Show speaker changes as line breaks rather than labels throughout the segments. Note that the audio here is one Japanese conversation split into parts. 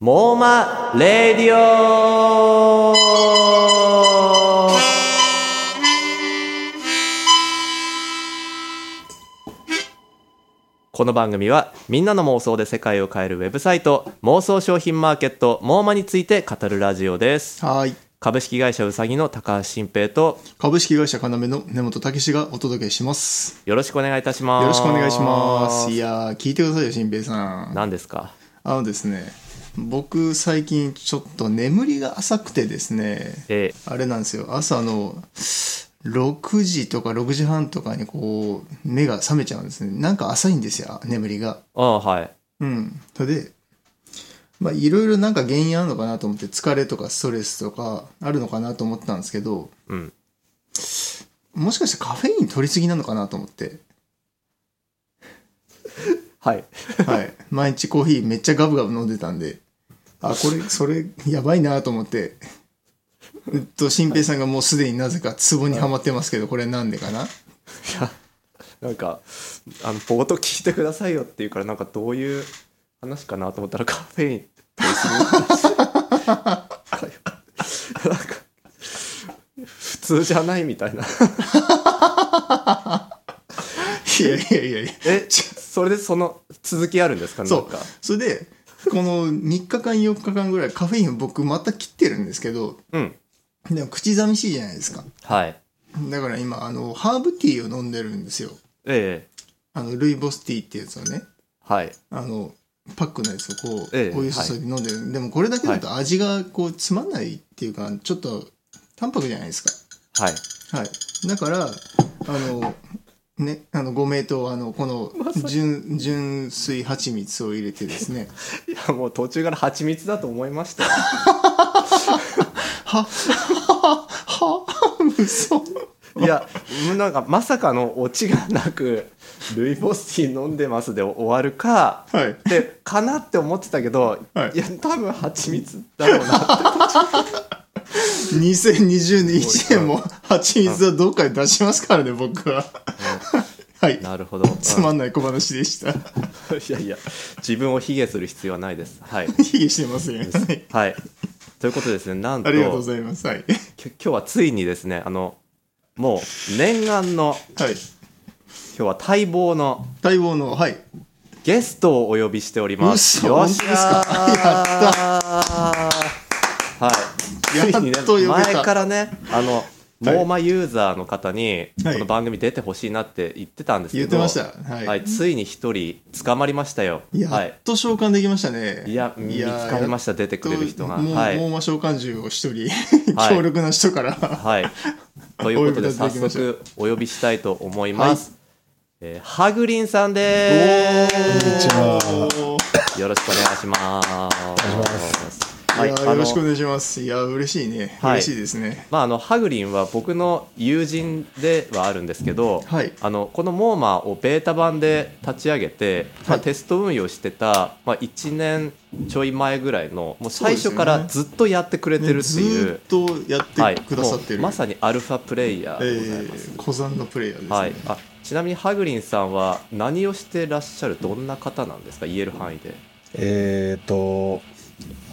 モーマレディオこの番組はみんなの妄想で世界を変えるウェブサイト妄想商品マーケットモーマについて語るラジオです
はい。
株式会社うさぎの高橋新平と
株式会社かなめの根本武史がお届けします。
よろしくお願いいたします
よろしくお願いします。いやー、聞いてくださいよ、新平さん。
何ですか
あのですね、僕最近ちょっと眠りが浅くてですね、
え
あれなんですよ、朝の6時とか6時半とかにこう、目が覚めちゃうんですね。なんか浅いんですよ、眠りが。
ああはい
うん。それで、まあ、いろいろなんか原因あるのかなと思って、疲れとかストレスとかあるのかなと思ったんですけど、
うん
もしかしてカフェイン取りすぎなのかなと思って。
はい
はい。 毎日コーヒーめっちゃガブガブ飲んでたんで、あ、これ、それ、やばいなと思って、うっと、新平さんがもうすでになぜか壺にはまってますけど、これなんでかな
なんかあの冒頭聞いてくださいよっていうからなんかどういう話かなと思ったらカフェインってすごい話なんか普通じゃないみたいない
やいやいやいや。
えそれでその続きあるんですかね
そう
なんか
それで、この3日間4日間ぐらいカフェインを僕また切ってるんですけど、
うん
でも口寂しいじゃないですか。
はい
だから今、あの、ハーブティーを飲んでるんですよ。
ええ
あの、ルイボスティーってやつをね。
はい
あのパックのやつをこう、
ええ
お湯注ぎ飲んでる、でもこれだけだと味がこうつまんないっていうか、ちょっと淡白じゃないです
はい
かはいだからあのねあのご名答あのこの純純粋蜂蜜を入れてですね
いやもう途中から蜂蜜だと思いましたよ
はははは嘘
いやなんかまさかのオチがなく「ルイボスティー飲んでます」で終わるか
はい
でかなって思ってたけど、
はい
いや多分蜂蜜だろうな
2020年1年も蜂蜜はどっかで出しますからね僕ははい
なるほど、うん
つまんない小話でした
いやいや自分を卑下する必要はないですはい、
卑下してません、はい
はい、ということでですねなんと
ありがとうご
き
ざいます。はい。
今日はついにですねあのもう念願の
はい。
今日は待望の
待望の、はい。
ゲストをお呼びしております
嘘
よっし
本当ですか
ゃーはい
やっと
ついにね
呼べた
前からねあの
はい
モーマユーザーの方にこ
はい
の番組出てほしいなって言ってたんですけど
言ってました。はい。
はい、ついに一人捕まりましたよ。は
や
い
っ、と召喚できましたね。
いや、見つかりま
し
した、出て
た
くれる人が。
もう、
はい
もう魔召喚獣を一人、
はい
強力な人から。
はい、ということで、
お呼
早
び立てできました
速お呼びしたいと思います。えーハグリンさんで
おー
す。よろしくお願いします。
いや
あ
ー
の
よろしくお願いします。いやー、嬉しいね。
はい
嬉しいですね。
まあ、あのハグリンは僕の友人ではあるんですけど、
はい
あのこのモーマをベータ版で立ち上げて、まあ、
はい
テスト運用してた、まあ、1年ちょい前ぐらいのもう最初か
そう
ら
で
ずっとやってくれてるって
ず
いう
ーっとやってくださって
はいもう
る。
まさにアルファプレイヤ
え
ーでございます、
ー、古参のプレイヤーですね。
はい、あちなみにハグリンさんは何をしてらっしゃるどんな方なんですか言える範囲で
えー、と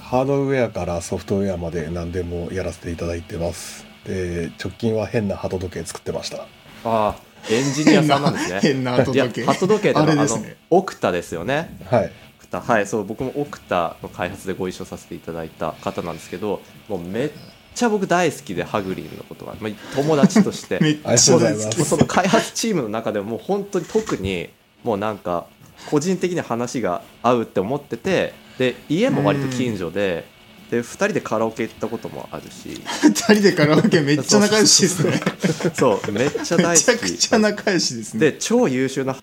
ハードウェアからソフトウェアまで何でもやらせていただいてますで直近は変な鳩時計作ってました
ああエンジニアさんなんですね
変な鳩時計
いや鳩時計ってのは
あれですね
のオクタですよね
はい
オクタはいそう僕もオクタの開発でご一緒させていただいた方なんですけどもうめっちゃ僕大好きでハグリンのことが、まあ、友達として
めっ
ありが
ち
と
ゃ
うござい
大
ま
好き
す
もうその開発チームの中でももう本当に特にもうなんか個人的に話が合うって思っててで家も割と近所で,、で2人でカラオケ行ったこともあるし
二人でカラオケめっちゃ仲良しですね。
そうめっちゃ
め
大
ちゃ
好
く
き
ちゃ仲良しですね。
で超優秀な、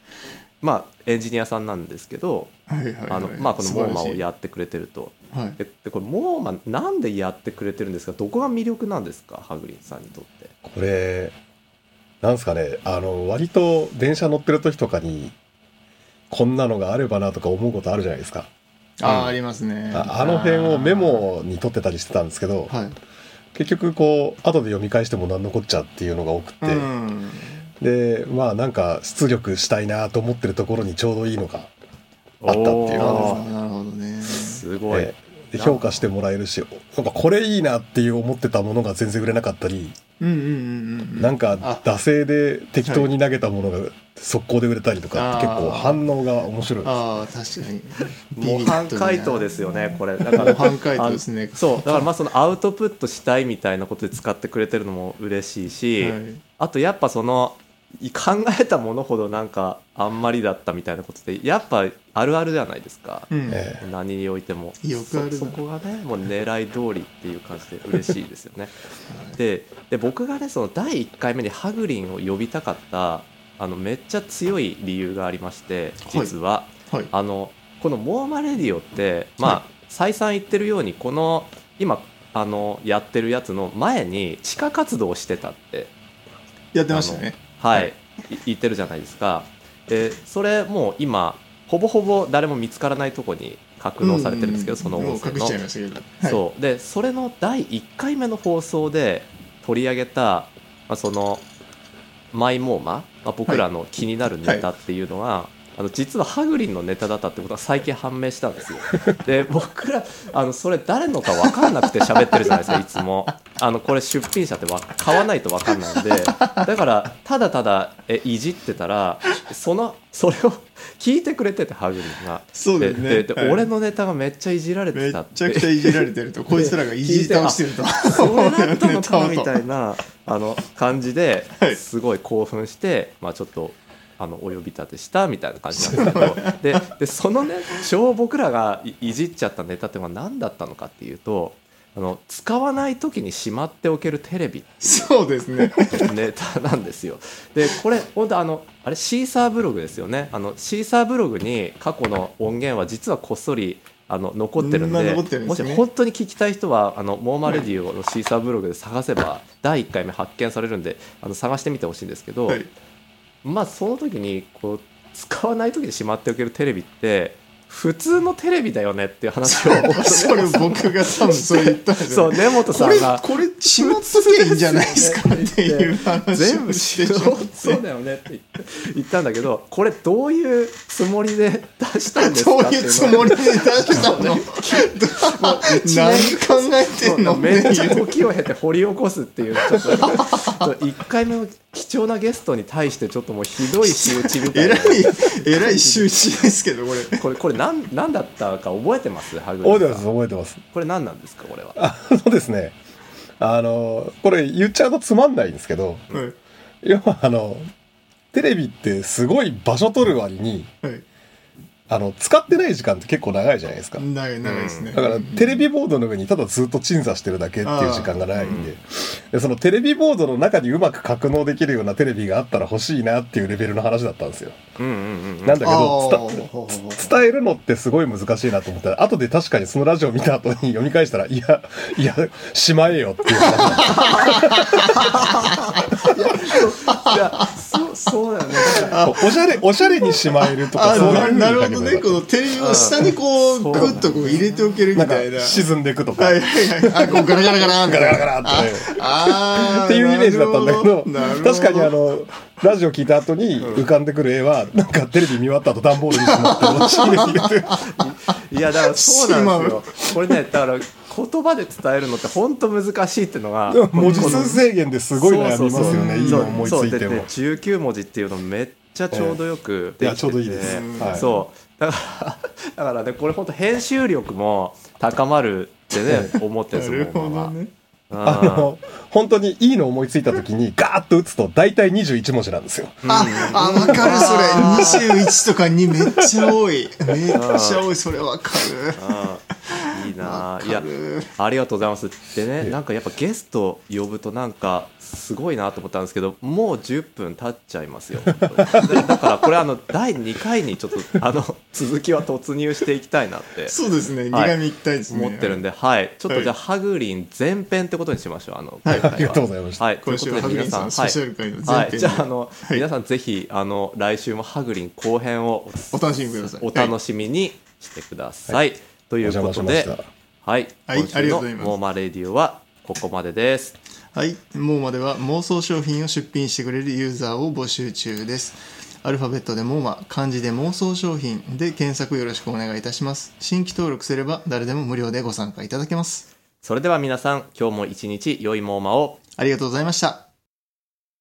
まあ、エンジニアさんなんですけど
はいはいはい、
あの、まあ、このモーマを
素晴らしい
やってくれてると
はい、
ででこれモーマなんでやってくれてるんですかどこが魅力なんですかハグリンさんにとって。
これなんですかねあの割と電車乗ってる時とかにこんなのがあればなとか思うことあるじゃないですか
あ
うん
ーありますね
ああの辺をメモに取ってたりしてたんですけど
はい
結局こう後で読み返しても何のこっちゃっていうのが多くて、
うん
でまあなんか出力したいなと思ってるところにちょうどいいのがあったってい
な
う
る
感
ほ
お
ど
じです
ー
なるほどね
すごい、
えで評価してもらえるしやっぱこれいいなっていう思ってたものが全然売れなかったり、
うんうんうんうん
なんか
あ
惰性で適当に投げたものが速攻で売れたりとかって
あ
結
ー
構反応が面白いです
ああ確かに
模範解答ですよねこれだか
模
ら
範解答ですね
あそうだからまあそのアウトプットしたいみたいなことで使ってくれてるのも嬉しいし、
はい
あとやっぱそのい考えたものほどなんかあんまりだったみたいなことってやっぱあるあるじゃないですか、
うん
ええ
何においても
よくあるな
そそこがねもう狙い通りっていう感じで嬉しいですよねでで僕がねその第1回目にハグリンを呼びたかったあのめっちゃ強い理由がありまして実は、
はい
あのこのモーマレディオってまあ、
は
再三言ってるようにこの今あのやってるやつの前に地下活動をしてたって
やってましたね
はい、
はい
い言ってるじゃないですかでそれもう今ほぼほぼ誰も見つからないとこに格納されてるんですけど、
う
その
もう
音声
隠
の
しちゃいましたけど
そ
う
うでそれの第1回目の放送で取り上げた、まあ、そのマイモーマ、まあ、僕らの気になるネタっていうのは、あの実はハグリンのネタだったってことが最近判明したん ですよ。で僕らあのそれ誰のか分かんなくて喋ってるじゃないですかいつもあのこれ出品者ってわ買わないと分かんないんでだからただただえいじってたらそのそれを 聞いてくれててハグリンが。
そうですね
ででで
はい
俺のネタがめっちゃいじられ
め
て
った
って
ちゃくちゃいじられてるとこいつらがいじり倒してると
そうだったのかなみた
ない
なあの感じで
はい
すごい興奮して、まあ、ちょっとあのお呼び立てしたみたいな感じなんですけ どででそのね超僕らがいいじっちゃったネタってのは何だったのかっていうとあの使わない時にしまっておけるテレビ
そうですね
ネタなんですよ。でこれ本当あのあれシーサーブログですよねあのシーサーブログに過去の音源は実はこっそりあの残ってるん
みん
で
な残ってるん
も
です
し
ね
本当に聞きたい人はあのモーマレディオのシーサーブログで探せば第1回目発見されるんであの探してみてほしいんですけど、
はい
まあその時にこう使わない時にしまっておけるテレビって普通のテレビだよねっていう話 を
それ僕が多分そう言ったんです
そ
よ
う根本さ
こ
ん
れ
が
これしまっとけばいいんじゃないですかっていう話
全
を
部
して
し
し
ろ
まって
そうだよねって言ったんだけどこれどういうつもりで出したんですか
どう
って
いうつ
の
もりで出したの何考えてんの
めっちゃ
っていう
時を経て掘り起こすっていうちょっと1回目の貴重なゲストに対してちょっともうひどい仕打ちみた
え
い
ら
ない
えらい周知ですけどこれ
これこれ何何だったか覚えてますハグ
覚
リ
えて
ン
ます
さん
覚えてます
これ何なんですかこれは
あのですねあのこれ言っちゃうとつまんないんですけど
はい
要はあのテレビってすごい場所取る割に
はい
あの使ってない時間って結構長いじゃないですか
長い長いですね、
だからテレビボードの上にただずっと鎮座してるだけっていう時間がないんで,、でそのテレビボードの中にうまく格納できるようなテレビがあったら欲しいなっていうレベルの話だったんですよ、
うんうんうんうん
なんだけど
あー
伝
ほうほうほう
伝えるのってすごい難しいなと思ったら後で確かにそのラジオ見た後に読み返したらいやいやしまえよっ ていう話
いやそうそうだよねだから
おしゃれおしゃれにしまえるとか
あ
そう
な
いう
なる
だ
ほ
け
ど
ど
ねこのテレビを下にこう
あ
グ
ー
ッとこう入れておけるみ
なん
たいな
か沈んでいくとか、
はいはいはいあこうガラガラガラガ
ガラガラガラってね
あー
っていうイメージだったんだけど
なるほ
確かにあのラジオ聞いた後に浮かんでくる絵はなんかテレビ見終わった後段ボールにしまってお尻に入 れて
いやだからそうなんですよこれねだから言葉で伝えるのって本当難しいっていうのが
文字数制限ですごい悩みますよね
そ
今
う
思いつ
そう
いて
でで
も。
19文字っていうのめっちゃちょうどよくで
ええいや
きてて、
ちょうどいいですはい
そうだからだ からねこれ本当編集力も高まるってね思ってるん
な
で
る
すよ
ほ
僕
ど
は
ね
あの本当にいいの思いついた時にガーッと打つと大体21文字なんですよ。
あ、わかる、それ。21とかにめっちゃ 多い。めっちゃ多い、それわか
うんいいな
る。
いや
る。
ありがとうございますでね
え
なんかやっぱゲスト呼ぶとなんかすごいなと思ったんですけどもう10分経っちゃいますよだだからこれあの第2回にちょっとあの続きは突入していきたいなって
そうですね、
はい
苦味一体ですね。
思ってるんで、はい、ちょっとじゃあ、
は
ハグリン前編ってことにしましょう、あの、
は
今
い
回
ありがとうございました。
はい、とい
今
うこ
週
と
は
で
ハグリ
皆さ
ンさ
ん、はい
ん、スペシャル回の
は
前
い、じゃあ、あ
編
の、
い
皆さん、ぜひ、あの、来週もハグリン後編を
お楽しみください。
お楽
し
しみにしてください。と
お
いう
邪
こ
魔し
と
ました
で、。はい、
はい
今
あ
週
りが
の
とうございます
モーマレディオはここまでです。
はい、もうまでは妄想商品を出品してくれるユーザーを募集中です。アルファベットでモーマ漢字で妄想商品で検索よろしくお願いいたします新規登録すれば誰でも無料でご参加いただけます
それでは皆さん今日も一日良いモーマを
ありがとうございました